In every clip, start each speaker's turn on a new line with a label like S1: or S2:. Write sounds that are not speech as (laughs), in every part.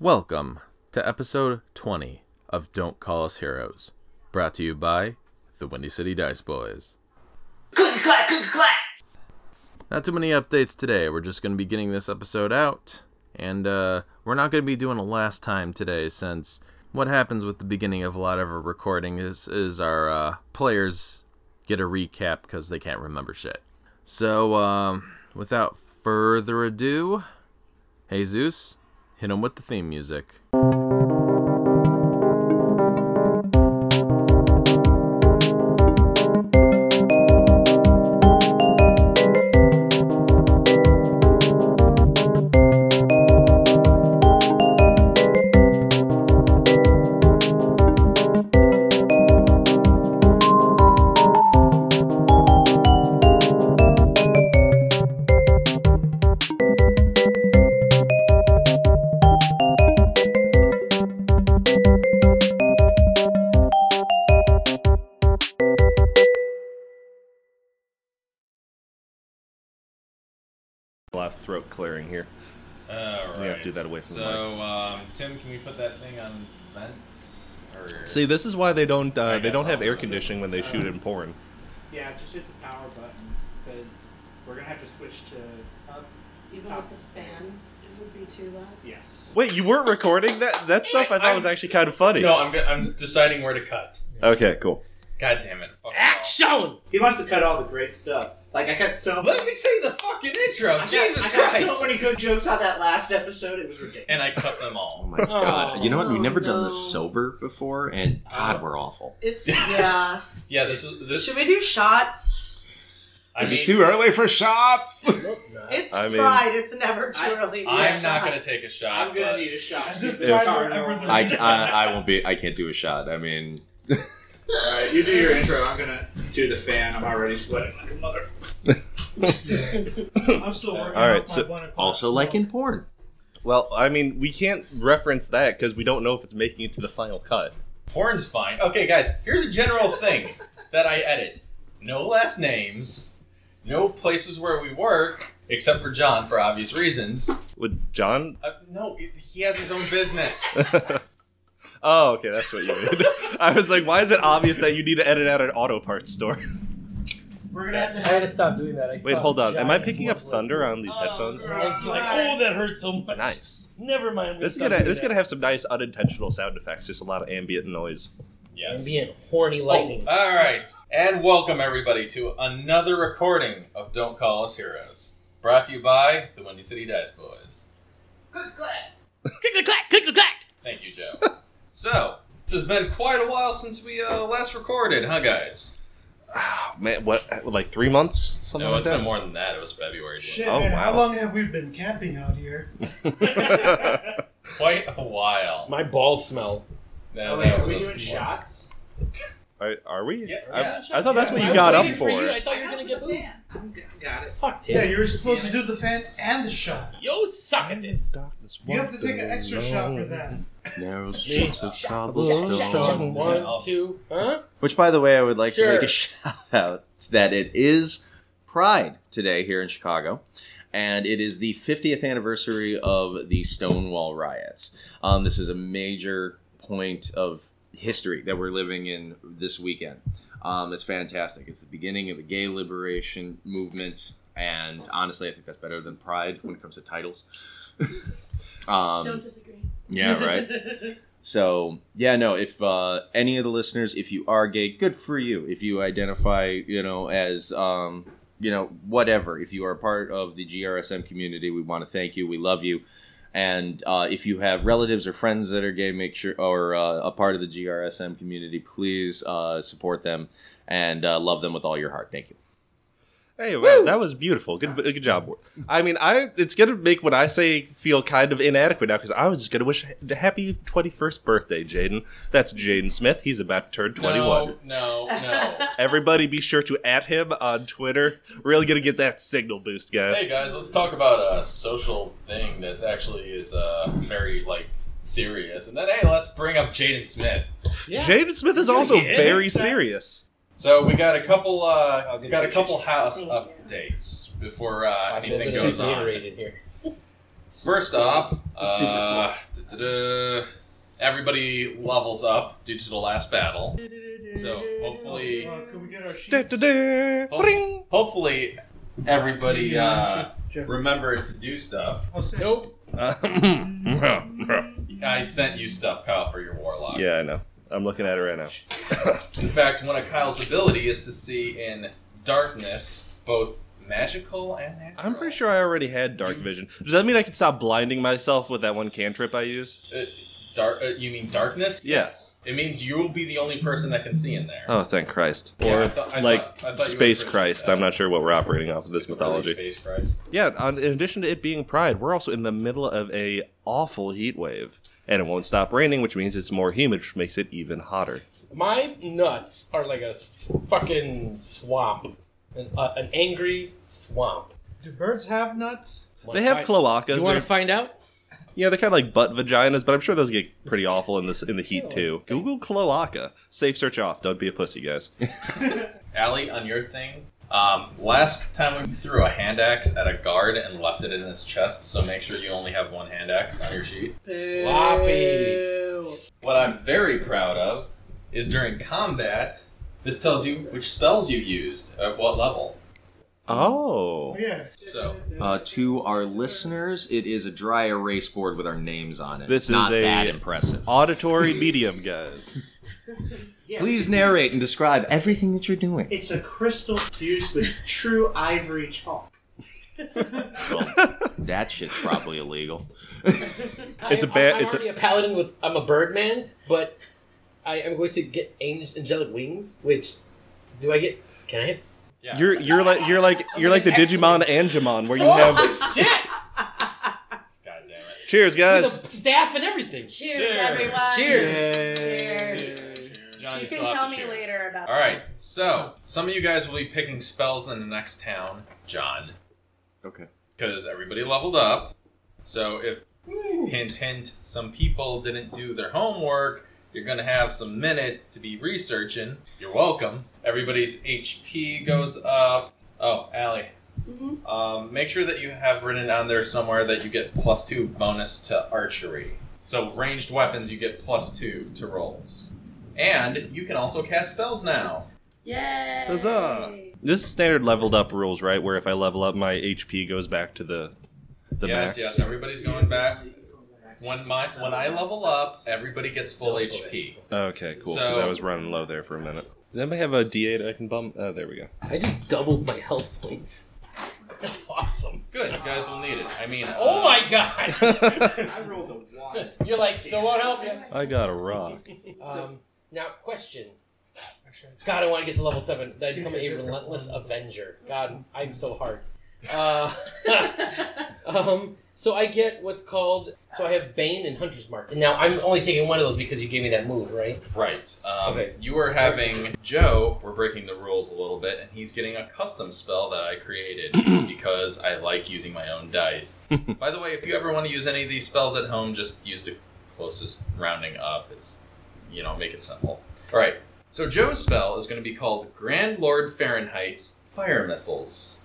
S1: Welcome to episode 20 of Don't Call Us Heroes, brought to you by the Windy City Dice Boys.
S2: Click, clack, click, clack.
S1: Not too many updates today. We're just going to be getting this episode out, and uh, we're not going to be doing a last time today since what happens with the beginning of a lot of our recording is, is our uh, players get a recap because they can't remember shit. So, um, without further ado, Jesus, hit him with the theme music.
S3: left throat clearing here.
S1: Alright.
S3: have to do that away from the
S1: so, um, Tim, can we put that thing on vent? Or...
S3: See, this is why they don't
S1: I
S3: uh, they
S1: guess
S3: don't
S1: I'll
S3: have air
S1: listen.
S3: conditioning when they shoot in porn.
S4: Yeah, just hit the power button because we're gonna have to switch to up.
S5: Even with the fan, it would be too loud.
S4: Yes.
S3: Wait, you weren't recording that that stuff? I thought was actually kind of funny.
S1: No, I'm, go- I'm deciding where to cut.
S3: Okay, cool.
S1: God damn it. Fuck
S2: Action!
S4: He wants to cut all the great stuff. Like I got so.
S1: off. Let me say the fucking intro.
S4: I got,
S1: Jesus
S4: I got
S1: Christ.
S4: so many good jokes on that last episode. It was ridiculous.
S1: and I cut them all.
S6: my god. You know what? We've
S5: Oh,
S6: never done
S5: no.
S6: this sober before, and god, we're awful.
S5: It's yeah.
S1: Yeah, this is this.
S5: Should we do shots?
S1: I mean,
S3: early for
S1: (laughs)
S3: shots?
S5: It's
S3: I mean-
S5: pride. It's never too
S4: I-
S5: early. to
S1: I'm
S5: (laughs) do
S1: not
S5: shots.
S1: gonna take a shot.
S4: I'm gonna
S1: but
S4: need a shot.
S2: As if
S4: The
S2: I
S4: card
S2: remember
S4: roll.
S2: the-
S6: I,
S1: (laughs)
S6: I, I won't be. I can't do a shot. I mean, (laughs)
S4: All right, you do your intro. I'm gonna do the fan. I'm already sweating like a motherfucker.
S2: I'm still working.
S3: All right,
S2: off my
S3: so-
S2: one o'clock
S6: also like in porn.
S3: well, I mean, we can't reference that because we don't know if it's making it to the final cut.
S1: Porn's fine. Okay, guys, here's a general
S4: (laughs)
S1: thing that I edit: no last names, no places where we work, except for John for obvious reasons.
S3: With John? (laughs)
S1: Uh, no, he has his own business.
S3: oh, okay, that's what you mean. (laughs) I was like, why is it obvious that you need to edit out an auto parts store? (laughs)
S2: We're gonna have to.
S7: I had to stop doing that. I
S1: Oh,
S3: Wait,
S7: caught
S3: hold on. Am I
S7: giant
S3: picking up
S7: blood
S3: thunder on these
S5: Oh,
S3: headphones?
S5: girl.
S7: vessels. It's like,
S5: Right.
S7: oh, that hurts so much.
S3: Nice.
S7: Never mind.
S3: This is gonna this is gonna have some nice unintentional sound effects, just a lot of ambient noise.
S1: yes.
S7: ambient horny lightning.
S3: uh,
S1: Oh, all right, and welcome everybody to another recording of Don't Call Us Heroes, brought to you by the Windy City Dice Boys.
S2: Click, clack, click, clack.
S1: Thank you, Joe. so this has been quite a while since we uh, last recorded, huh, guys?
S3: Oh, Man, what? Like three months? Something
S1: No,
S3: like
S1: it's
S3: that.
S1: been more than that. It was February.
S2: Shit,
S3: Oh,
S2: man, how
S3: wow.
S2: long have we been camping out here?
S3: (laughs)
S1: Quite a while.
S7: My balls smell.
S1: No,
S4: Oh,
S1: that
S4: wait, are we
S1: was
S4: doing
S1: more.
S4: shots?
S3: Are, are we?
S1: Yeah,
S3: I,
S1: yeah.
S3: I thought that's what
S7: I
S3: you
S7: was
S3: got up
S7: waiting
S3: for.
S7: you. I thought you were gonna get booze.
S4: I'm g- got it.
S7: Fuck
S2: Yeah,
S7: Tim.
S2: you were supposed to do the fan and the shot.
S7: Yo, suck at this.
S2: You have to take an extra shot for that.
S6: Narrow
S7: streets
S6: of
S3: cobblestone.
S7: One, two, huh?
S6: Which, by the way, I would like to
S7: Sure.
S6: make a shout out that it is Pride today here in Chicago, and it is the 50th anniversary of the Stonewall riots. Um, this is a major point of history that we're living in this weekend. Um, it's fantastic. It's the beginning of the gay liberation movement, and honestly, I think that's better than Pride when it comes to titles. (laughs) um,
S5: Don't disagree.
S6: yeah, right. So yeah, no. If uh, any of the listeners, if you are gay, good for you. If you identify, you know, as um, you know, whatever. If you are part of the GRSM community, we want to thank you. We love you. And uh, if you have relatives or friends that are gay, make sure or uh, a part of the GRSM community, please uh, support them and uh, love them with all your heart. Thank you.
S3: Hey, wow, that was beautiful. Good, good job. I mean, I it's gonna make what I say feel kind of inadequate now because I was just gonna wish a happy twenty first birthday, Jaden. That's Jaden Smith. He's about to turn twenty one.
S1: No, no, no.
S3: Everybody, be sure to at him on Twitter. Really gonna get that signal boost, guys.
S1: hey guys, let's talk about a social thing that actually is uh, very like serious. And then hey, let's bring up Jaden Smith.
S7: Yeah.
S3: Jaden Smith is also
S7: Yeah,
S3: very
S7: that's-
S3: serious.
S1: So we got a couple, uh,
S4: I'll get
S1: got a
S4: you
S1: couple house
S5: Thank you.
S1: updates before uh,
S7: That's
S1: anything
S7: too
S1: goes on.
S7: reiterated here.
S6: First off, uh, duh-duh-duh, everybody levels up due to the last battle. So hopefully,
S8: Uh, can we get our sheets?
S3: Da-da-da,
S6: Oh.
S3: bring.
S6: (laughs) hopefully everybody uh,
S8: Jeff-
S6: remembered to do stuff.
S8: Jose.
S7: Nope.
S3: Uh,
S6: I sent you stuff, Kyle, for your warlock.
S3: yeah, I know. I'm looking at it right now.
S6: In fact, one of Kyle's ability is to see in darkness both magical and natural.
S3: I'm pretty sure I already had dark vision. Does that mean I can stop blinding myself with that one cantrip I use?
S6: Dark. Uh, you mean darkness?
S3: Yes.
S6: It means you will be the only person that can see in there.
S3: Oh, thank Christ.
S6: Yeah,
S3: or
S6: I thought- I
S3: like
S6: thought- I thought you were
S3: space
S6: Christian,
S3: Christ.
S6: uh,
S3: I'm not sure what we're operating off of this
S6: Early
S3: mythology.
S6: Space Christ.
S3: Yeah, on, in addition to it being Pride, we're also in the middle of a awful heat wave, and it won't stop raining, which means it's more humid, which makes it even hotter.
S7: My nuts are like a s- fucking swamp, an, uh, an angry swamp.
S8: Do birds have nuts?
S7: Wanna
S3: They have
S7: find-
S3: cloacas.
S7: You want
S3: They're,
S7: to find out?
S3: yeah, they're kind of like butt vaginas, but I'm sure those get pretty awful in this in the heat too. Google cloaca. Safe search off. Don't be a pussy, guys.
S6: Allie, on your thing. Um, last time we threw a hand axe at a guard and left it in his chest, so make sure you only have one hand axe on your sheet.
S7: Sloppy.
S6: What I'm very proud of is during combat, this tells you which spells you used at what level.
S3: Oh,
S8: Oh, yeah.
S6: So
S9: Uh, to our listeners, it is a dry erase board with our names on it. It's
S3: This is
S9: not
S3: a-
S9: that impressive.
S3: auditory medium, guys.
S9: Please narrate and describe everything that you're doing.
S4: It's a crystal fused with true ivory chalk.
S9: That shit's probably illegal.
S3: It's a
S7: I-
S3: ba-
S7: I'm
S3: it's a-
S7: already a paladin with. I'm a birdman, but I am going to get ang- angelic wings. Which do I get? Can I? Have,
S6: yeah,
S3: You're you're like you're like you're like the Digimon and Angemon, where you have
S7: shit!
S6: God damn it.
S3: cheers, guys.
S7: With a staff and everything.
S5: Cheers,
S6: Cheers.
S5: everyone.
S7: Cheers.
S5: Cheers.
S6: John,
S5: You
S6: still
S5: can
S6: have
S5: tell
S6: to
S5: me
S6: choose.
S5: later about
S6: All right, so some of you guys will be picking spells in the next town, John,
S9: Okay.
S6: because everybody leveled up. So if hint hint, some people didn't do their homework, you're gonna have some minute to be researching. You're welcome. Everybody's HP goes up. Oh, Allie.
S5: Mhm.
S6: Um, make sure that you have written on there somewhere that you get plus two bonus to archery. So ranged weapons, you get plus two to rolls, and you can also cast spells now.
S5: Yay.
S3: Huzzah. This is standard leveled up rules, right? Where if I level up, my HP goes back to the the
S6: yes,
S3: max.
S6: yes. Everybody's going back. When my when I level up, everybody gets full HP.
S3: Okay, cool. 'cause
S6: So-
S3: I was running low there for a minute. Does anybody have a D8 I can bump? Oh, there we go. (laughs)
S7: I just doubled my health points. (laughs) That's awesome.
S6: Good, you guys will need it. I mean,
S7: Oh
S6: uh,
S7: my
S3: (laughs)
S7: god!
S4: I rolled a one.
S7: You're like still won't help you.
S3: I got a rock.
S7: Um, now question. God, I want to get to level seven. Then I become a relentless avenger. God, I'm so hard. Uh, (laughs) um, so I get what's called. So I have Bane and Hunter's Mark. And now I'm only taking one of those because you gave me that move, right?
S6: Right. Um,
S7: Okay.
S6: You were having Joe. We're breaking the rules a little bit, and he's getting a custom spell that I created because I like using my own dice. By the way, if you ever want to use any of these spells at home, just use the closest rounding up. It's you know make it simple. All right. So Joe's spell is going to be called Grand Lord Fahrenheit's Fire
S7: (laughs)
S6: Missiles.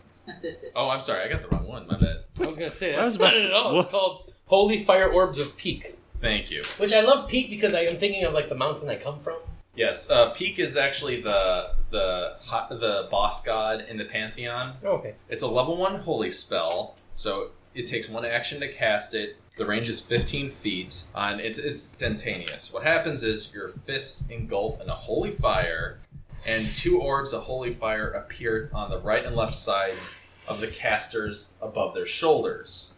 S6: oh, I'm sorry. I got the wrong one. My bad.
S7: I was gonna say
S3: I was
S7: that's
S3: about
S7: not it
S3: to-
S7: at all.
S3: what?
S7: It's called Holy Fire Orbs of Peak,
S6: Thank you.
S7: which I love Peak because I am thinking of like the mountain I come from.
S6: Yes, uh, Peak is actually the the hot, the boss god in the pantheon.
S7: Oh, okay.
S6: It's a level one holy spell, so it takes one action to cast it. The range is 15 feet, uh, and it's instantaneous. What happens is your fists engulf in a holy fire, and two orbs of holy fire appear on the right and left sides of the casters above their shoulders.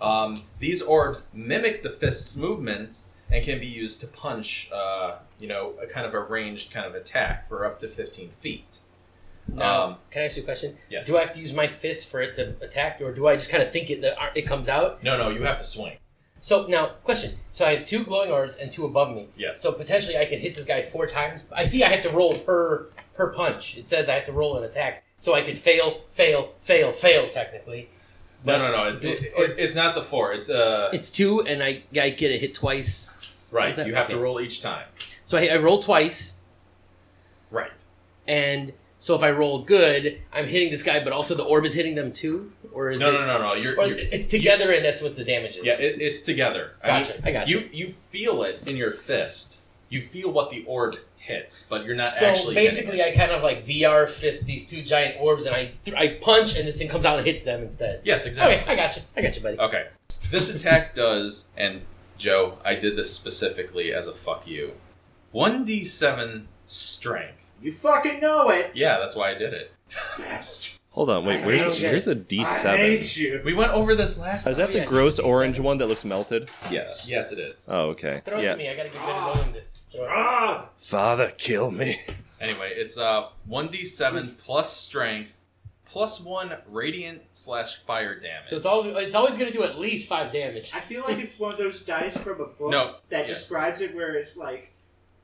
S6: Um, these orbs mimic the fist's movement and can be used to punch, uh, you know, a kind of a ranged kind of attack for up to 15 feet.
S7: Now,
S6: Um,
S7: can I ask you a question?
S6: yes.
S7: Do I have to use my fist for it to attack, or do I just kind of think it that it comes out?
S6: No, no, you have to swing.
S7: So now, question. So I have two glowing orbs and two above me.
S6: Yes.
S7: So potentially I could hit this guy four times. I see I have to roll per per punch. It says I have to roll an attack. So I could fail, fail, fail, fail technically.
S6: No, no, no. It's,
S7: Do-
S6: it, it, it's not the four. It's uh.
S7: It's two and I, I get a hit twice.
S6: right.
S7: Is that-
S6: You have to
S7: okay.
S6: roll each time.
S7: So I, I roll twice
S6: Right.
S7: and So if I roll good, I'm hitting this guy, but also the orb is hitting them too, or is
S6: No,
S7: it?
S6: no, no, no. You're,
S7: Or
S6: you're
S7: it's together, and that's what the damage is.
S6: yeah. It, it's together.
S7: Gotcha. I,
S6: I mean,
S7: gotcha.
S6: you you feel it in your fist. You feel what the orb hits, but you're not
S7: so
S6: actually. hitting
S7: basically,
S6: it.
S7: I kind of like VR fist these two giant orbs, and I th- I punch, and this thing comes out and hits them instead.
S6: yes, exactly. Uh,
S7: Okay, I got you. I got you, buddy.
S6: Okay. This attack does, and Joe, I did this specifically as a fuck you. 1d7 strength.
S4: You fucking know it.
S6: Yeah, that's why I did it.
S3: Hold on, wait.
S7: I
S3: Where's
S7: don't get
S3: here's a
S4: I
S3: D seven?
S4: hate you.
S6: We went over this last
S3: Is
S6: time.
S3: that
S7: Oh,
S3: the
S7: yeah,
S3: gross
S7: D7.
S3: orange one that looks melted?
S6: Yes. Yes, it is.
S3: Oh, okay.
S7: Throw it
S3: yeah.
S7: to me. I gotta get good at rolling this.
S4: Ah,
S3: Father, kill me.
S6: Anyway, it's uh 1d7 plus strength plus 1 radiant slash fire damage.
S7: So it's all it's always gonna do at least five damage.
S4: I feel like it's one of those dice from a book
S6: No,
S4: that
S6: yeah.
S4: describes it where it's like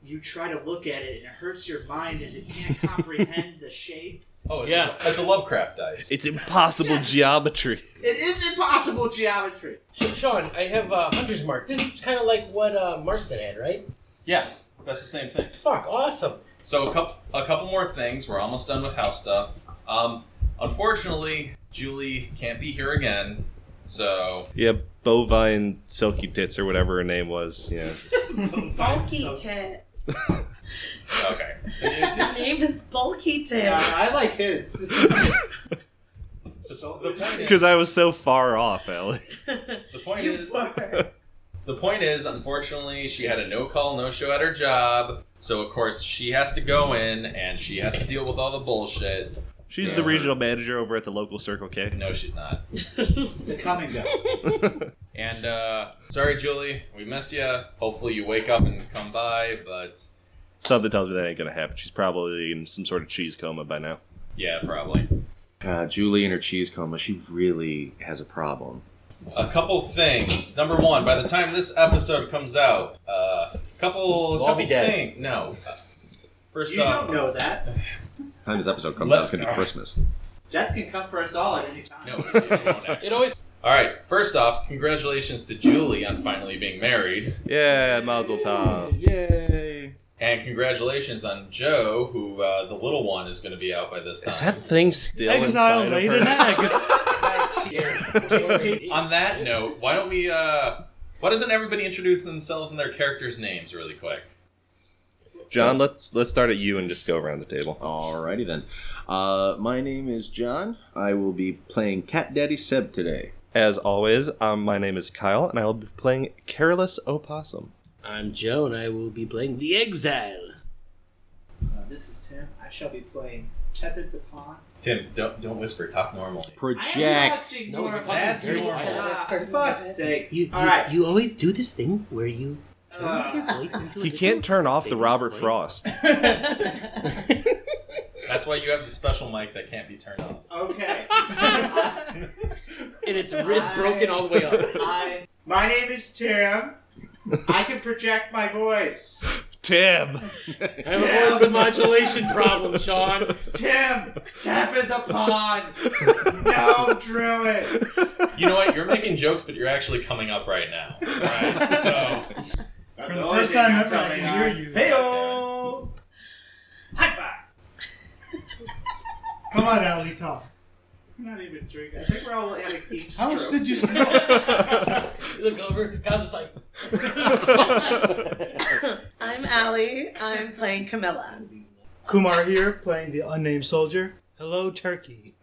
S4: you try to look at it and it hurts your mind as it can't comprehend the shape.
S6: Oh, it's,
S7: Yeah.
S6: a, (laughs) it's a Lovecraft dice.
S3: It's impossible geometry.
S4: It is impossible geometry.
S7: Sh- Sean, I have uh, Hunter's Mark. This is kind of like what uh, Marston had, right?
S6: Yeah, that's the same thing.
S7: Fuck, awesome.
S6: So a couple, a couple more things. We're almost done with house stuff. Um, unfortunately, Julie can't be here again, so
S3: Yeah, bovine silky tits or whatever her name was.
S7: (laughs)
S3: Yeah.
S5: (laughs)
S3: (laughs)
S5: Bulky tit.
S6: okay.
S5: His name is Bulky Tit.
S4: Yeah, I like his.
S6: So the point is,
S3: Because I was so far off, Ellie.
S6: the point
S5: you
S6: is,
S5: were.
S6: the point is, unfortunately, she had a no call, no show at her job. So of course, she has to go in and she has to deal with all the bullshit.
S3: She's
S6: Yeah.
S3: the regional manager over at the local Circle K.
S6: No, she's not.
S4: The coming guy.
S6: And uh, sorry, Julie, we miss you. Hopefully, you wake up and come by. But
S3: Something tells me that ain't gonna happen. She's probably in some sort of cheese coma by now.
S6: yeah, probably.
S9: Uh, Julie and her cheese coma, she really has a problem.
S6: a couple things. Number one, by the time this episode comes out, a uh, couple,
S7: We'll all
S6: couple
S7: be dead.
S6: things. No. Uh, First
S4: You
S6: off,
S4: don't know that.
S9: By the time this episode comes out, it's going to be Christmas.
S4: Death can come for us all at any time. Uh,
S6: no. it won't actually.
S7: It always
S6: All right. First off, congratulations to Julie on finally being married,
S3: Yeah, Mazel Tov.
S9: Yay!
S6: and congratulations on Joe, who uh, the little one is going to be out by this time.
S3: Is that thing still
S2: Exile
S3: inside
S2: laid
S3: of her?
S2: an
S9: (laughs)
S2: egg.
S7: scared.
S6: on that note, why don't we? Uh, why doesn't everybody introduce themselves and their characters' names really quick?
S3: John, let's let's start at you and just go around the table.
S9: Alrighty then. Uh, my name is John. I will be playing Cat Daddy Seb today.
S3: As always, um, my name is Kyle, and I will be playing Careless Opossum.
S7: I'm Joe, and I will be playing the Exile.
S4: Uh, this is Tim. I shall be playing Tepid the Pawn.
S6: Tim, don't don't whisper. Talk normally.
S9: Project.
S7: No, we're talking
S6: That's
S7: very
S6: normal.
S7: quiet.
S4: Ah, for fuck's sake.
S7: You, you,
S4: All right.
S7: you always do this thing where you turn your
S4: Uh,
S7: voice into a
S3: He
S7: little-
S3: can't turn off the
S7: Baby's
S3: Robert
S7: voice.
S3: Frost.
S6: That's why you have the special mic that can't be turned off.
S4: uh, (laughs) okay.
S7: and it's it's broken all the way up. (laughs)
S4: I, my name is Tim. I can project my voice.
S3: Tim.
S7: I have a voice modulation problem, Sean.
S4: Tim, Tepid the Pawn. No druid.
S6: You know what? You're making jokes, but you're actually coming up right now. Alright, So
S2: For the first time ever, I can hear you.
S4: Heyo. High five.
S2: Come on, Ellie, talk.
S4: I'm not even drinking. I think we're all having each
S2: How much
S4: stroke.
S2: did
S3: (laughs)
S2: you smell?
S7: You look over, Kyle's just like,
S5: (laughs) I'm Allie. I'm playing Camilla.
S2: Kumar here, playing the unnamed soldier. Hello, Turkey.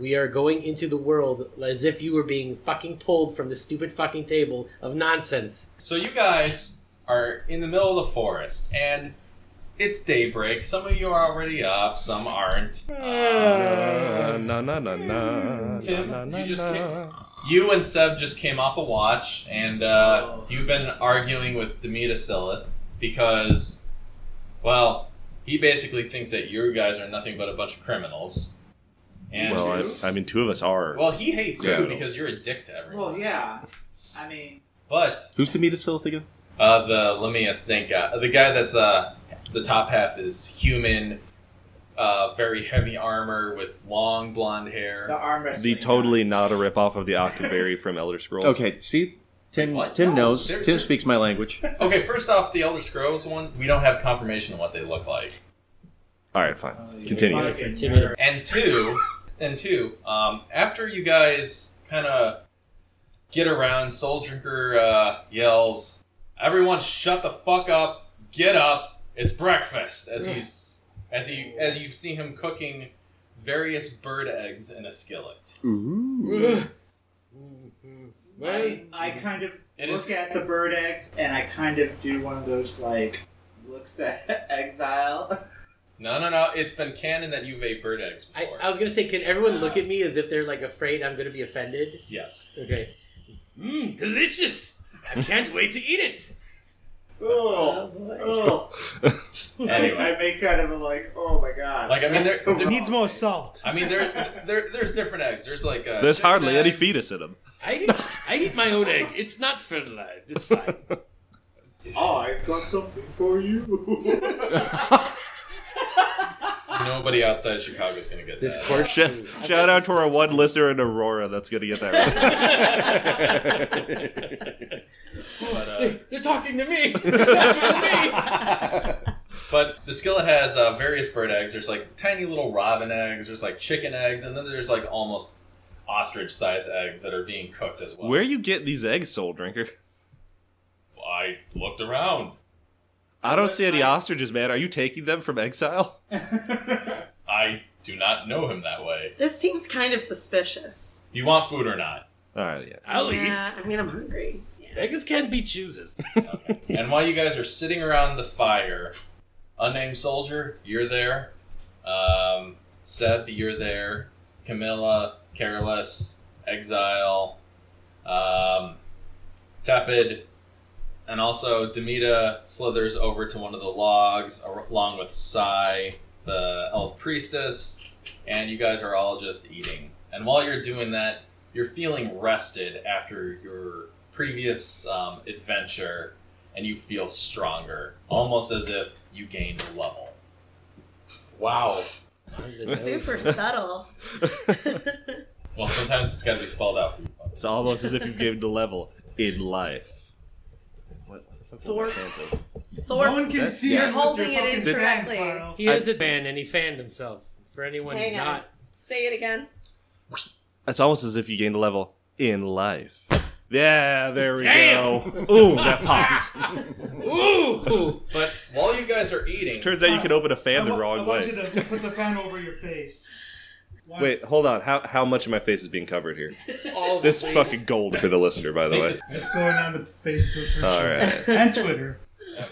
S7: We are going into the world as if you were being fucking pulled from the stupid fucking table of nonsense.
S6: So you guys are in the middle of the forest, and it's daybreak. Some of you are already up, some aren't.
S3: Na na na na na.
S6: Tim,
S3: na, na,
S6: you just
S3: na.
S6: can't- You and Seb just came off a watch, and
S4: Oh.
S6: uh, you've been arguing with Demita Silith because, well, he basically thinks that you guys are nothing but a bunch of criminals. And
S3: Well, I, I mean, two of us are.
S6: well, he hates
S3: Yeah.
S6: you because you're a dick to everyone.
S4: Well, yeah. I mean,
S6: But
S9: Who's to meet us, Silith again?
S6: Uh, the Lemia Snake guy. The guy that's uh, the top half is human, uh, very heavy armor with long blonde
S4: the
S6: hair.
S4: arm wrestling.
S3: the totally not a ripoff of the Octavary from Elder Scrolls.
S9: Okay, see, Tim.
S6: What?
S9: Tim
S6: No,
S9: knows.
S6: they're-
S9: Tim
S6: they're- (laughs)
S9: speaks my language.
S6: Okay, first off, the Elder Scrolls one, we don't have confirmation of what they look like.
S3: All right, fine.
S4: Uh,
S8: you
S3: Continue.
S8: get five
S7: For
S8: in
S7: two
S8: there.
S7: minutes.
S6: And two, and two, um, after you guys kind of get around, Soul Drinker uh, yells, "Everyone, shut the fuck up! Get up! It's breakfast!"
S7: Hmm.
S6: As he's as he as you see him cooking various bird eggs in a skillet.
S9: Ooh.
S7: Ugh. Mhm. Right?
S4: I kind of
S6: It
S4: look
S6: is-
S4: at the bird eggs and I kind of do one of those like looks at (laughs) exile.
S6: No, no, no! It's been canon that you've ate bird eggs
S7: I,
S6: before.
S7: I was gonna say, can everyone look at me as if they're like afraid I'm gonna be offended?
S6: yes.
S7: Okay. Mmm, delicious! I can't wait to eat it.
S4: Oh,
S5: boy.
S4: oh. (laughs)
S6: Anyway.
S7: (laughs)
S4: I, I make kind of a like, oh my god.
S6: Like I mean, there,
S2: It
S6: there-
S2: needs more salt.
S6: I mean, there, there, there's different eggs. There's like uh,
S3: There's
S6: chicken
S3: hardly any
S6: eggs.
S3: fetus in him.
S7: I eat, I eat my own egg. It's not fertilized. It's
S3: (laughs)
S7: fine.
S4: Oh, I've got something for
S6: (laughs)
S4: you.
S6: Nobody outside Chicago is gonna get
S7: This
S6: that.
S7: court
S3: Shout, shout out to our one listener in Aurora that's going to get that
S6: But, uh,
S7: They- They're talking
S3: (laughs)
S7: to me. They're talking to me.
S6: But the skillet has uh, various bird eggs. There's like tiny little robin eggs. There's like chicken eggs, and then there's like almost ostrich-sized eggs that are being cooked as well.
S3: Where you get these eggs, soul drinker?
S6: I looked around.
S3: I don't see any ostriches, man. Are you taking them from exile? (laughs)
S6: I do not know him that way.
S5: This seems kind of suspicious.
S6: Do you want food or not?
S3: All right, yeah.
S7: I'll
S5: yeah, I mean, I'm hungry.
S7: eat. Beggars can't be choosers.
S6: Okay. (laughs) and while you guys are sitting around the fire, unnamed soldier, you're there. Um, Seb, you're there. Camilla, careless, exile, um, tepid, and also Demita slithers over to one of the logs ar- along with Sai, the elf priestess, and you guys are all just eating. And while you're doing that, you're feeling rested after your previous um, adventure, and you feel stronger, almost as if you gained a level.
S7: Wow.
S5: (laughs) Super (laughs) subtle.
S6: Well, sometimes it's got to be spelled out for you. folks.
S3: It's almost as if you gave the level in life. What, what the fuck was I thinking?
S5: Thorpe,
S2: no one can see
S5: you're
S2: it.
S5: holding
S2: Mr.
S5: it
S2: fucking
S5: incorrectly.
S2: Giancarlo.
S7: He is a fan and he fanned himself. For anyone
S5: Hang on.
S7: not.
S5: say it again.
S3: It's almost as if you gained a level in life. Yeah, there we
S7: Damn!
S3: go. (laughs) Ooh, that popped.
S7: (laughs) Ooh!
S6: But while you guys are eating,
S3: (laughs) Turns out you can open a
S2: I
S3: fan the
S2: wa- I
S3: wrong
S2: want you
S3: way.
S2: to put the fan over your face. Why-
S3: Wait, hold on. How how much of my face is being covered here?
S7: All
S3: This
S7: the
S3: fucking gold for the listener, by the way.
S2: It's going on the Facebook for
S3: All
S2: sure.
S3: right.
S2: and Twitter.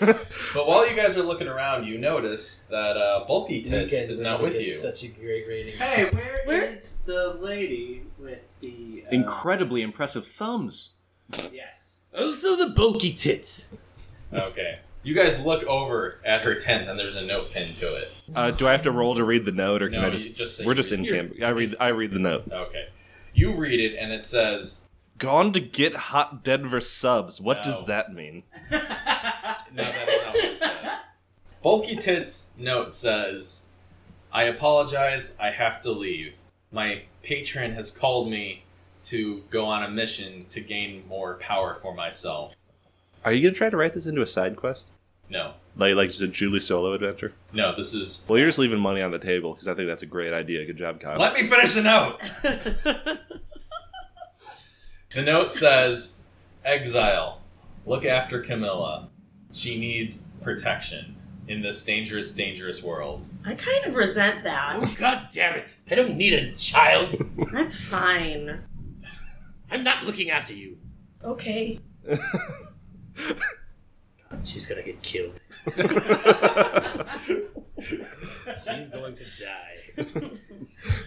S6: but while you guys are looking around, you notice that uh, Bulky Tits is not with you.
S7: Such a great rating.
S4: hey, where,
S5: Where-
S4: where is the lady with the uh,
S9: Incredibly impressive thumbs.
S4: Yes.
S7: Also the bulky tits.
S6: Okay. You guys look over at her tent, and there's a note pinned to it.
S3: Uh, do I have to roll to read the note, or can
S6: No,
S3: I
S6: you
S3: just?
S6: just say
S3: we're
S6: you
S3: just
S6: read
S3: in
S6: it.
S3: camp. I read. I read the note.
S6: Okay. You read it, and it says,
S3: Gone to get hot Denver subs. What does
S6: No.
S3: that mean?
S6: No, that is not what it says. (laughs) Bulky Tits' note says, I apologize, I have to leave. My patron has called me to go on a mission to gain more power for myself.
S3: Are you gonna try to write this into a side quest,
S6: No.
S3: like like just a Julie solo adventure?
S6: No, this is.
S3: Well, you're just leaving money on the table because I think that's a great idea. Good job, Kyle.
S6: Let me finish the (laughs) note! The note says, Exile, look after Camilla. She needs protection in this dangerous, dangerous world.
S5: I kind of resent that.
S7: Oh god damn it. I don't need a child.
S5: I'm fine.
S7: I'm not looking after you.
S5: Okay.
S7: She's gonna get killed. She's going to die.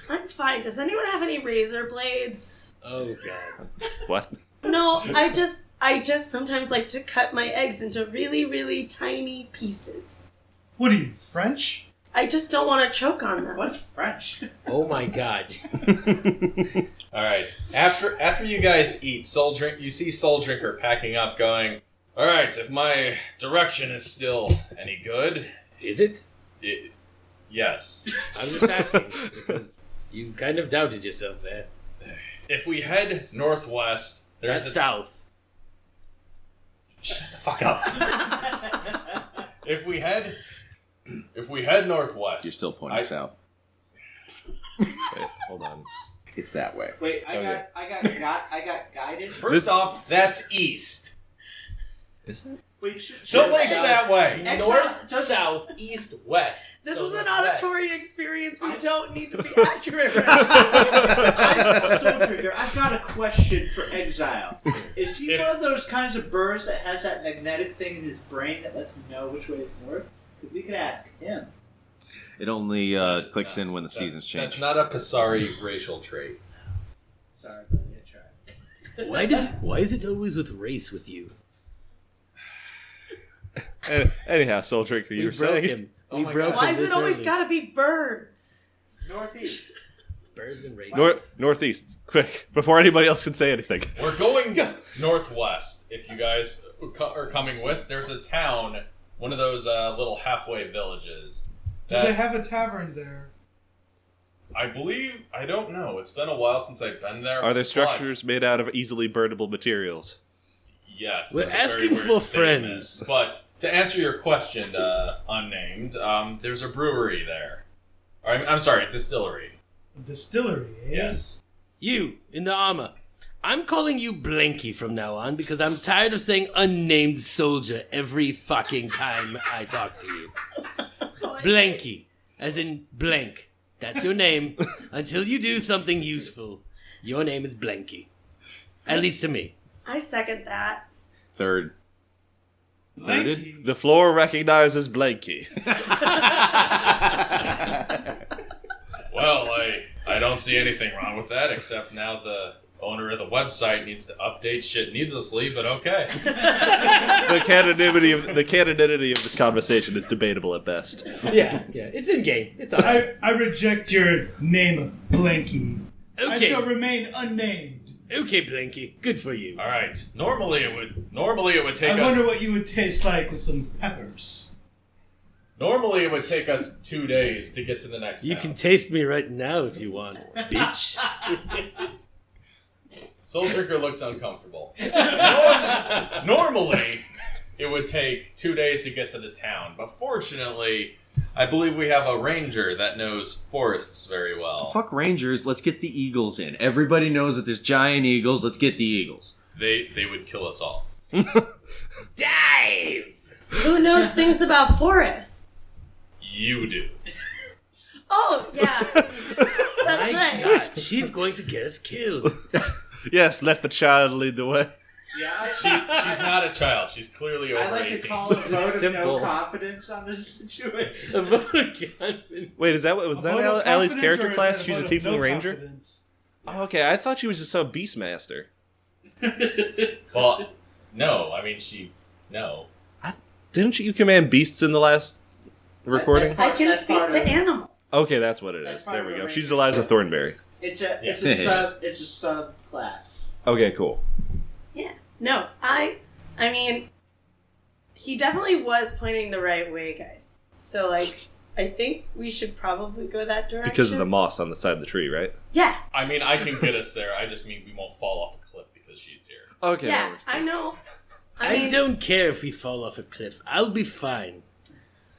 S5: I'm fine. Does anyone have any razor blades?
S7: Oh god.
S3: (laughs) What?
S5: No, I just I just sometimes like to cut my eggs into really really tiny pieces.
S2: What are you, French?
S5: I just don't want to choke on them.
S4: What's
S6: (laughs)
S4: French?
S7: Oh my god.
S6: All right. After after you guys eat, Soul Drink, you see Soul Drinker packing up, going. All right. If my direction is still any good,
S7: Is it?
S6: it, yes.
S7: I'm just asking. because you kind of doubted yourself there.
S6: If we head northwest, there's
S7: That's
S6: a,
S7: south.
S6: (laughs) shut the fuck up. if we head (clears throat) If we head northwest,
S9: You're still pointing
S6: I-
S9: south.
S3: Wait, hold on.
S9: It's that way.
S4: Wait, I
S3: Oh,
S4: got,
S3: yeah.
S4: I got, got, I got guided.
S6: First
S3: This-
S6: off, that's east.
S4: Wait, should, should,
S6: Don't make that way.
S4: Exile-
S7: North,
S4: does-
S7: south, east, west.
S5: This
S7: So
S5: is an
S7: northwest.
S5: auditory experience. We
S4: I-
S5: don't need to be accurate. Right
S4: I,
S10: (laughs)
S4: Soultrigger, I've got a question for Exile. Is he
S3: If-
S4: one of those kinds of birds that has that magnetic thing in his brain that lets him know which way is north? Because we could ask him.
S9: It only uh,
S6: That's
S9: clicks
S6: not-
S9: in when the seasons
S6: That's
S9: change.
S6: not a Pasari racial trait.
S4: Sorry, buddy, I tried.
S10: Why does why is it always with race with you?
S3: An- Anyhow, Soul Drinker, you
S10: we
S3: were
S10: broke
S3: saying
S10: him.
S6: Oh
S10: we
S6: my
S10: broke
S6: God.
S5: now. Why
S10: him
S5: is it
S10: this
S5: always
S10: early.
S5: got to be birds?
S4: Northeast.
S10: birds and race?
S3: North northeast. Quick, before anybody else can say anything.
S6: We're going northwest. If you guys co- are coming with, there's a town, one of those uh, little halfway villages.
S2: Do
S6: That
S2: they have a tavern there?
S6: I believe I don't know. It's been a while since I've been there.
S3: Are there
S6: but
S3: structures made out of easily burnable materials?
S6: Yes.
S10: We're
S6: that's a very
S10: asking
S6: weird
S10: for
S6: statement.
S10: friends.
S6: But to answer your question, uh, unnamed, um, there's a brewery there. Or, I'm, I'm sorry, distillery.
S2: Distillery, eh?
S6: Yes.
S10: You in the armor. I'm calling you Blanky from now on because I'm tired of saying unnamed soldier every fucking time I talk to you. Blanky, as in blank. That's your name. Until you do something useful, your name is Blanky. At least to me.
S5: I second that.
S9: Third.
S2: Lanky.
S3: The floor recognizes Blanky.
S6: Well, I I don't see anything wrong with that, except now the owner of the website needs to update shit needlessly.
S10: (laughs)
S6: But okay.
S3: the canonymity of the canonymity of this conversation is debatable at best.
S10: Yeah, yeah. It's in game. It's all right.
S2: I, I reject your name of Blanky. I shall
S10: Okay,
S2: remain unnamed.
S10: okay, Blanky. Good for you.
S6: All right. Normally it would normally it would take
S2: I
S6: us
S2: wonder what you would taste like with some peppers.
S6: normally it would take us two days to get to the next.
S10: You
S6: town.
S10: can taste me right now if you want, bitch.
S6: Soul Drinker looks uncomfortable. Norm- Normally, it would take two days to get to the town, but fortunately, I believe we have a ranger that knows forests very well.
S9: Fuck Rangers. Let's get the Eagles in. Everybody knows that there's giant Eagles. Let's get the Eagles.
S6: They they would kill us all.
S10: Dive!
S5: Who knows things about forests?
S6: You do.
S5: Oh
S3: (laughs)
S5: yeah,
S10: My
S5: that's right.
S10: God, she's going to get us killed.
S3: Yes, let the child lead the way.
S4: Yeah, (laughs)
S6: She,
S4: I,
S6: she's not a child. She's clearly over
S4: I like to
S6: 18.
S4: call a vote of
S10: Simple.
S4: no confidence on this (laughs) situation.
S10: A vote again.
S3: Wait, is that what was
S2: A
S3: that
S2: vote of
S3: Al- Allie's
S2: Oh, confidence, or
S3: character
S2: is
S3: class?
S2: that
S3: She's a
S2: vote of
S3: tiefling
S2: no
S3: ranger.
S2: confidence?
S3: Oh, okay, I thought she was just some beastmaster.
S6: (laughs) Well, no, I mean she. No.
S3: Didn't you command beasts in the last recording?
S5: I can
S4: That's
S5: speak
S4: part
S5: to
S4: of-
S5: animals.
S3: Okay, that's what it
S4: That's
S3: is.
S4: part
S3: There we
S4: of a
S3: go.
S4: range.
S3: She's Eliza Thornberry.
S4: It's a, it's
S9: Yeah.
S4: a sub, it's a sub class.
S3: Okay, cool.
S5: Yeah. No, I. I mean, he definitely was pointing the right way, guys. So like, I think we should probably go that direction.
S3: Because of the moss on the side of the tree, right?
S5: Yeah.
S6: I mean, I can get us there. I just mean we won't fall off a cliff because she's here.
S3: Okay,
S5: yeah. I know. I
S10: I
S5: mean,
S10: don't care if we fall off a cliff. I'll be fine.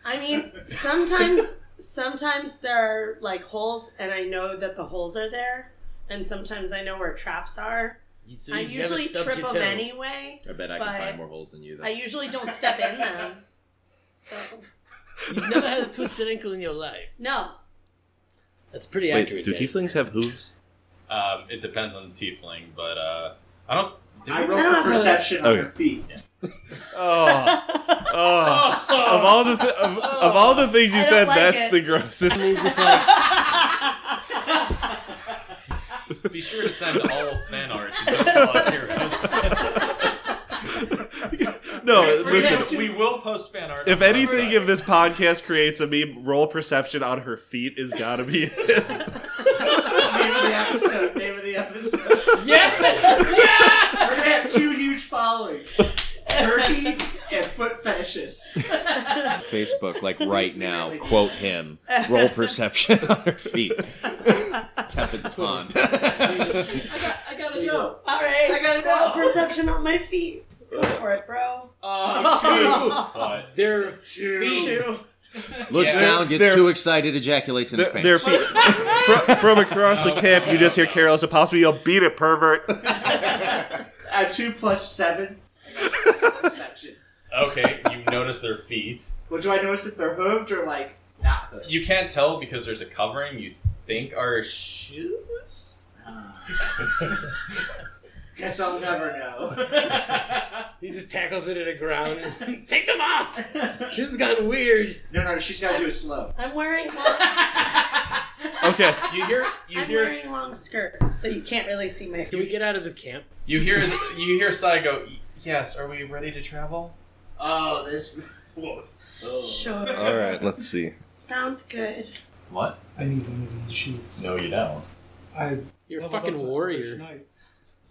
S5: I mean, sometimes (laughs) sometimes there are like holes, and I know that the holes are there, and sometimes I know where traps are.
S10: You- so
S5: I
S10: you've never
S5: usually
S10: stubbed
S5: trip
S10: your
S5: them
S10: toe.
S5: anyway.
S9: I bet I
S5: But-
S9: can find more holes than you. Though.
S5: I usually don't step in them. So
S10: You've (laughs) never had a twisted ankle in your life.
S5: no,
S10: That's pretty
S3: Wait,
S10: accurate.
S3: do
S10: Dave.
S3: tieflings have
S5: (laughs)
S3: hooves?
S6: Um, it depends on the tiefling, but uh, I don't. Did
S4: I
S6: we
S5: I don't
S4: roll
S5: have
S4: for
S5: a-
S4: perception on
S3: Okay.
S4: your feet.
S3: Oh, oh. of all the th- of, of all the things
S5: I
S3: you
S5: don't
S3: said,
S5: like
S3: that's
S5: it.
S3: the grossest.
S5: (laughs)
S6: Be sure to (laughs) send all fan art to Don't Call Us Heroes. (laughs)
S3: no,
S6: We-
S3: listen.
S6: we will post fan art.
S3: If
S6: on our
S3: anything,
S6: website.
S3: if this podcast creates a meme, roll perception on her feet is gotta be it.
S4: Name of the episode. Name of the episode.
S10: Yeah!
S4: (laughs) We're gonna have two huge followings: turkey and foot fetishes.
S9: Facebook,
S5: (laughs)
S9: like right now, quote him. Roll perception on her
S5: (laughs)
S9: feet. Tap it on.
S4: I, got, I
S10: So
S4: gotta
S10: you
S4: go.
S5: all right.
S4: I gotta
S5: Well,
S4: go.
S5: perception on my feet. Go for it, bro.
S4: Oh,
S10: Uh, it's true.
S6: But
S7: (laughs)
S10: (laughs) Their Oh, feet
S9: Looks
S3: Yeah.
S9: down, gets
S3: They're-
S9: too excited, ejaculates in his
S3: There- there
S9: pants.
S3: are pe- from, from across the camp, you just hear Carol's apostrophe yell, "Beat it, pervert!"
S4: At uh, two plus seven. Perception.
S6: Okay, you notice their feet.
S4: Well, do I notice if they're hooved or like not hooved?
S6: You can't tell because there's a covering you think are shoes?
S4: Guess I'll never know.
S7: He just tackles it into the ground. and Take them off.
S4: (laughs)
S7: This has gotten weird.
S4: no, no, she's got to do it slow.
S5: I'm wearing long,
S9: (laughs)
S3: Okay.
S6: You hear you
S5: I'm
S6: hear
S5: wearing long skirt, so you can't really see my
S7: Can we
S5: feet.
S7: get out of this camp?
S6: you hear you hear Sai go, Yes, are we ready to travel?
S4: Oh, this. Whoa.
S5: Sure.
S3: All right, let's see.
S5: Sounds good.
S6: What?
S2: I need one of these sheets.
S6: No you don't.
S2: I
S7: You're a
S2: leveled
S7: fucking
S2: up the first
S7: warrior.
S2: night.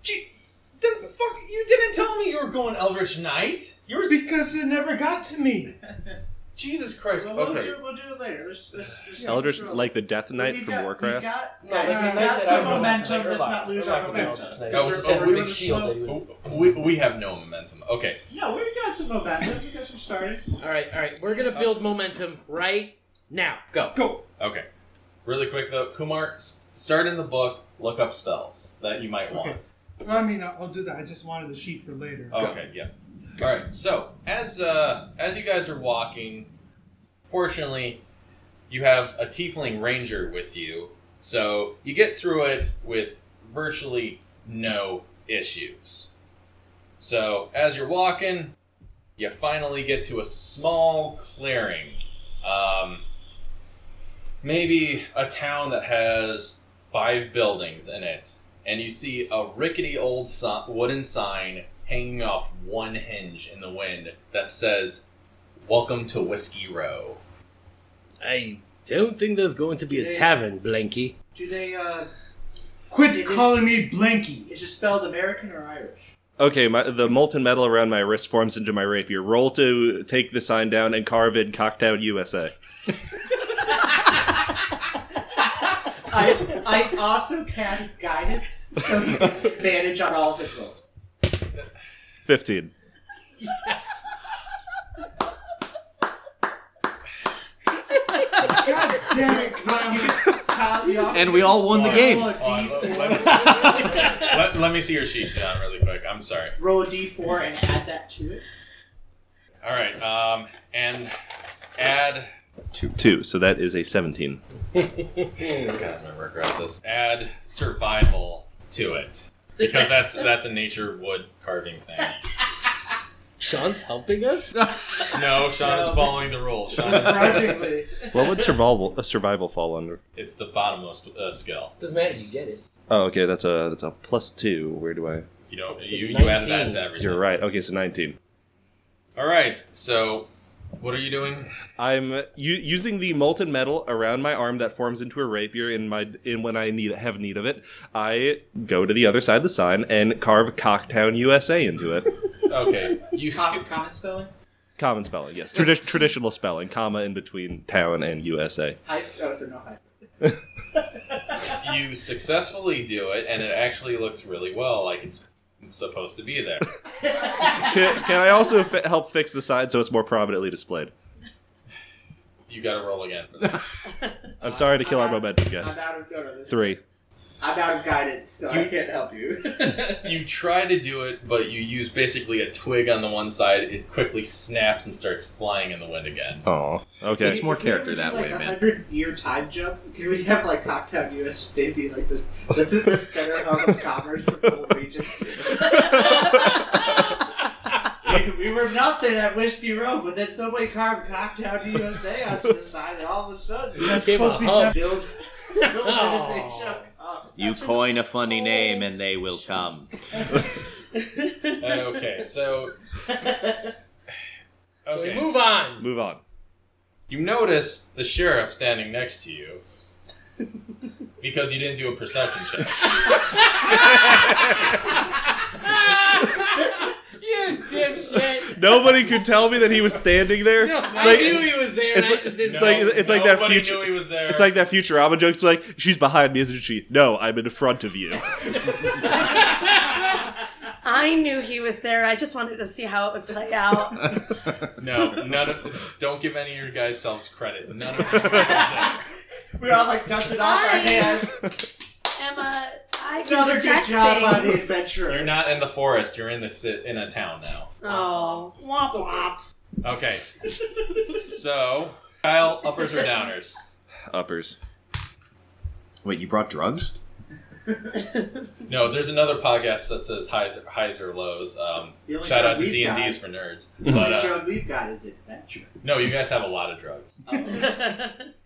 S6: Jeez, the fuck you didn't tell me you were going Eldritch Knight? You were
S2: Because it never got to me.
S6: (laughs) Jesus Christ.
S4: Well, we'll, do,
S6: Okay.
S4: we'll do it later. Let's, let's, let's
S3: Eldritch,
S4: let's-
S3: like the Death Knight
S4: We've
S3: from
S4: got-
S3: Warcraft.
S4: We've got,
S7: No, like the
S4: guys,
S7: knight
S4: we've got
S7: that
S4: some
S7: I-
S4: momentum.
S7: We're
S4: Let's
S7: not-
S4: not lose
S7: we're
S4: our
S7: not gonna
S4: momentum.
S7: go tonight.
S6: Oh,
S7: We
S6: we're-
S7: just
S6: oh,
S7: have a
S6: we're
S7: big
S4: gonna
S7: shield
S4: smoke.
S7: that you-
S6: We, we have no momentum. Okay.
S4: No, we've got some momentum. We've got some started.
S7: All right, all right. We're gonna build momentum right now. Go.
S2: Go.
S6: Okay. Really quick though, Kumar, s- start in the book, look up spells that you might want.
S2: Okay. Well, I mean, I'll I'll do that. I just wanted the sheet for later.
S6: Okay, yeah. All right. So as uh, as you guys are walking, fortunately, you have a tiefling ranger with you, so you get through it with virtually no issues. So as you're walking, you finally get to a small clearing, um, maybe a town that has five buildings in it and you see a rickety old si- wooden sign hanging off one hinge in the wind that says, "Welcome to Whiskey Row."
S7: I don't think there's going to be a
S4: Yeah.
S7: tavern, Blanky.
S4: Do they, uh,
S2: Quit
S4: It is-
S2: calling me
S4: (laughs)
S2: Blanky.
S4: is it spelled American or Irish?
S3: Okay, my, the molten metal around my wrist forms into my rapier. Roll to take the sign down and carve in Cocktown, USA.
S4: I, I also cast guidance, so he gets advantage on all of his rolls.
S3: 15.
S2: God damn it, clown.
S9: And we all won the game.
S6: Hold on, Oh, let, let me, let- let me see your sheet, John, really quick. I'm sorry.
S4: Roll a d4 and add that to it.
S6: All right, um, and add.
S3: Two. Two, so that is a 17.
S6: God, I'm gonna regret this. Add survival to it because that's that's a nature wood carving thing.
S7: Sean's helping us.
S6: No, Sean is following the rules. Sean is.
S4: Tragically.
S3: What would survival a survival fall under?
S6: It's the bottommost uh, skill.
S7: Doesn't matter. You get it.
S3: Oh, okay, that's a that's a plus two. Where do I?
S6: You don't.
S7: It's a
S6: You, you add
S7: 19.
S6: that to everything.
S3: You're right. Okay, so 19.
S6: All right. So, what are you doing?
S3: I'm uh, u- using the molten metal around my arm that forms into a rapier in my in when I need have need of it. I go to the other side of the sign and carve Cocktown, USA into it.
S6: Okay. You
S4: Com-
S6: skip.
S4: common spelling?
S3: Common spelling, yes. Tradi- traditional spelling, comma in between town and USA.
S4: Hy- oh, so no hype.
S6: You successfully do it, and it actually looks really well. Like it's supposed to be there. (laughs)
S3: Can, can I also fi- help fix the sign so it's more prominently displayed?
S6: You got to roll again (laughs) for that.
S3: I'm sorry to kill our momentum,
S4: I'm
S3: guys.
S4: out of, no, no, this-
S3: Three.
S4: I'm out of guidance, so I
S6: You-
S4: can't help
S6: (laughs)
S4: you.
S6: You try to do it, but you use basically a twig on the one side. It quickly snaps and starts flying in the wind again.
S3: Oh, okay.
S9: It's more
S4: If we ever
S9: character
S4: do,
S9: that
S4: like
S9: way,
S4: a
S9: man.
S4: Hundred year time jump. Can we have like Cocktown US maybe like the, the,
S6: (laughs)
S4: the center hub of commerce for the whole region? we, we were nothing at Whiskey Row, but then somebody carved Cocktown USA onto
S6: (laughs)
S4: the side, and all of a sudden,
S2: That's
S7: Gave
S2: supposed
S7: a
S2: to be
S7: hug.
S2: seven.
S4: build, build and they
S7: Aw.
S4: shut up.
S9: You coin a funny name and they will come.
S6: Okay. So.
S7: So we
S6: Okay.
S7: move (laughs) on.
S3: Move on.
S6: You notice the sheriff standing next to you because you didn't do a perception check.
S7: you dipshit.
S3: Nobody could tell me that he was standing there.
S7: No,
S3: it's
S7: I
S3: like
S7: knew he was there. And I
S3: it's-
S7: just didn't.
S3: (laughs) it's like- it's like that
S6: nobody
S3: future-
S6: Knew he was there.
S3: it's like that Futurama joke. It's like she's behind me, isn't she? No, I'm in front of you.
S5: I knew he was there. I just wanted to see how it would
S9: (laughs)
S5: play out.
S6: No, none of. Don't give any of your guys selves credit. None
S3: (laughs)
S6: of them.
S8: We're all like dusted off our
S5: Hi.
S8: hands.
S5: Emma, I can
S8: Another good
S5: detect
S8: job by the
S5: things.
S8: adventurer.
S6: You're not in the forest. You're in the sit in a town now.
S5: Oh, womp womp.
S6: Okay. So, Kyle, uppers or downers?
S9: Uppers. Wait, you brought drugs?
S6: No, there's another podcast that says highs, highs or lows. Um,
S4: The only
S6: shout
S4: drug
S6: out to
S4: we've
S6: D and D's
S4: got-
S6: for
S3: (laughs)
S6: nerds.
S4: The only
S6: But uh,
S4: drug we've got is adventure. Um,
S6: no, you guys have a lot of drugs.
S4: Damn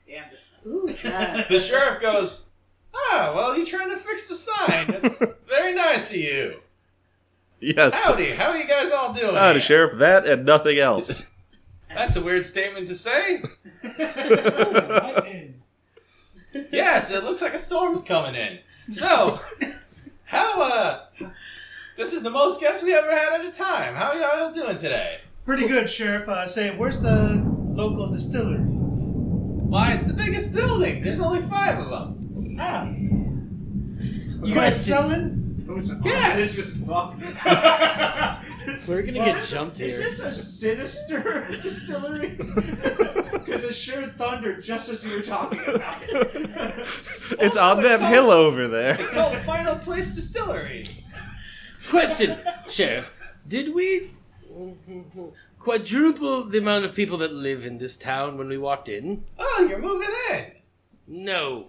S4: this.
S5: Ooh, God.
S6: The sheriff goes, "Ah, well, you're trying to fix the sign. That's very nice of you.
S3: (laughs) Yes. (laughs)
S6: Howdy, how are you guys all doing?
S3: Ah,
S6: here?
S3: the sheriff, that and nothing (laughs) else.
S6: That's a weird statement to say.
S8: Lightning.
S6: yes, it looks like a storm's coming in. So, how uh, this is the most guests we ever had at a time. How y'all doing today?
S2: Pretty good, Sheriff. Uh, say, where's the local distillery?
S6: Why, it's the biggest building. There's only five of them.
S8: Ah. You guys selling?
S4: (laughs) Who's on
S6: Yes.
S4: this with
S2: (laughs)
S4: fuck?
S7: We're gonna
S8: Well,
S7: get jumped
S4: Is
S7: here.
S4: this a sinister distillery? Because it sure thundered just as we were talking about it.
S3: (laughs) It's on that hill over there.
S6: It's called Final Place Distillery.
S7: Question, Sheriff. Did we quadruple the amount of people that live in this town when we walked in?
S6: Oh, you're moving in.
S7: No.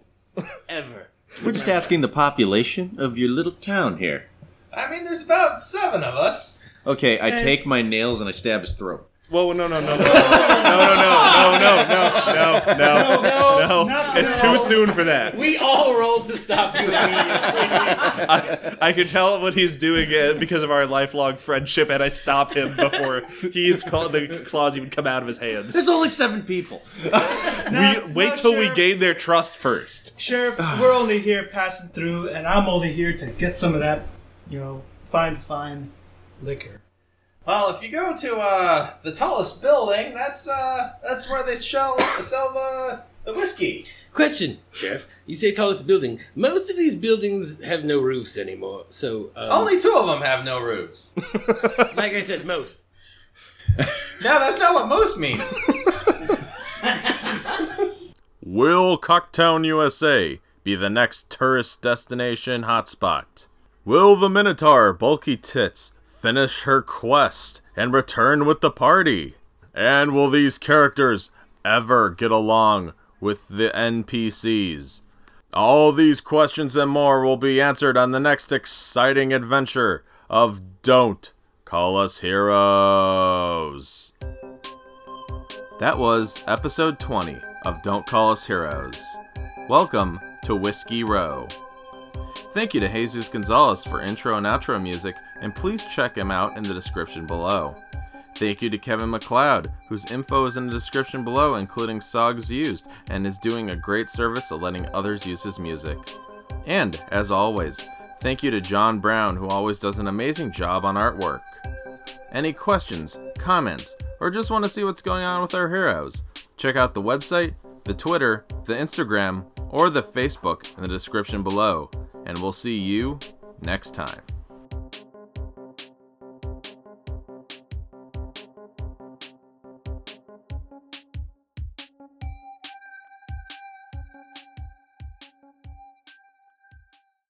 S7: Ever.
S9: We're just asking the population of your little town here.
S6: I mean, there's about seven of us.
S9: Okay, I take my nails and I stab his throat.
S3: Whoa, no, (laughs) no, no, no, no, no, no, no, no, no, no, no, no. It's too soon for that.
S7: We all rolled to stop you immediately.
S3: I, I can tell what he's doing uh, because of our lifelong friendship, and I stop him before he's cla- the claws even come out of his hands.
S9: There's only seven people.
S3: We, wait
S2: no,
S3: till we Ah.
S2: Sheriff.
S3: gain their trust first.
S2: Sheriff, we're only here passing through, and I'm only here to get some of that, you know, fine, fine liquor.
S6: Well, if you go to uh, the tallest building, that's uh, that's where they sell sell the, the whiskey.
S7: Question, Sheriff. You say tallest building. Most of these buildings have no roofs anymore, so um,
S6: Only two of them have no roofs.
S7: like I said, most.
S6: now that's not what most means.
S1: Will Cocktown, USA be the next tourist destination hotspot? Will the Minotaur Bulky Tits finish her quest and return with the party? And will these characters ever get along with the NPCs? All these questions and more will be answered on the next exciting adventure of Don't Call Us Heroes. That was episode 20 of Don't Call Us Heroes. Welcome to Whiskey Row. Thank you to Jesus Gonzalez for intro and outro music, and please check him out in the description below. Thank you to Kevin McLeod, whose info is in the description below, including songs used, and is doing a great service of letting others use his music. And, as always, thank you to John Brown, who always does an amazing job on artwork. Any questions, comments, or just want to see what's going on with our heroes? Check out the website, the Twitter, the Instagram, or the Facebook in the description below, and we'll see you next time.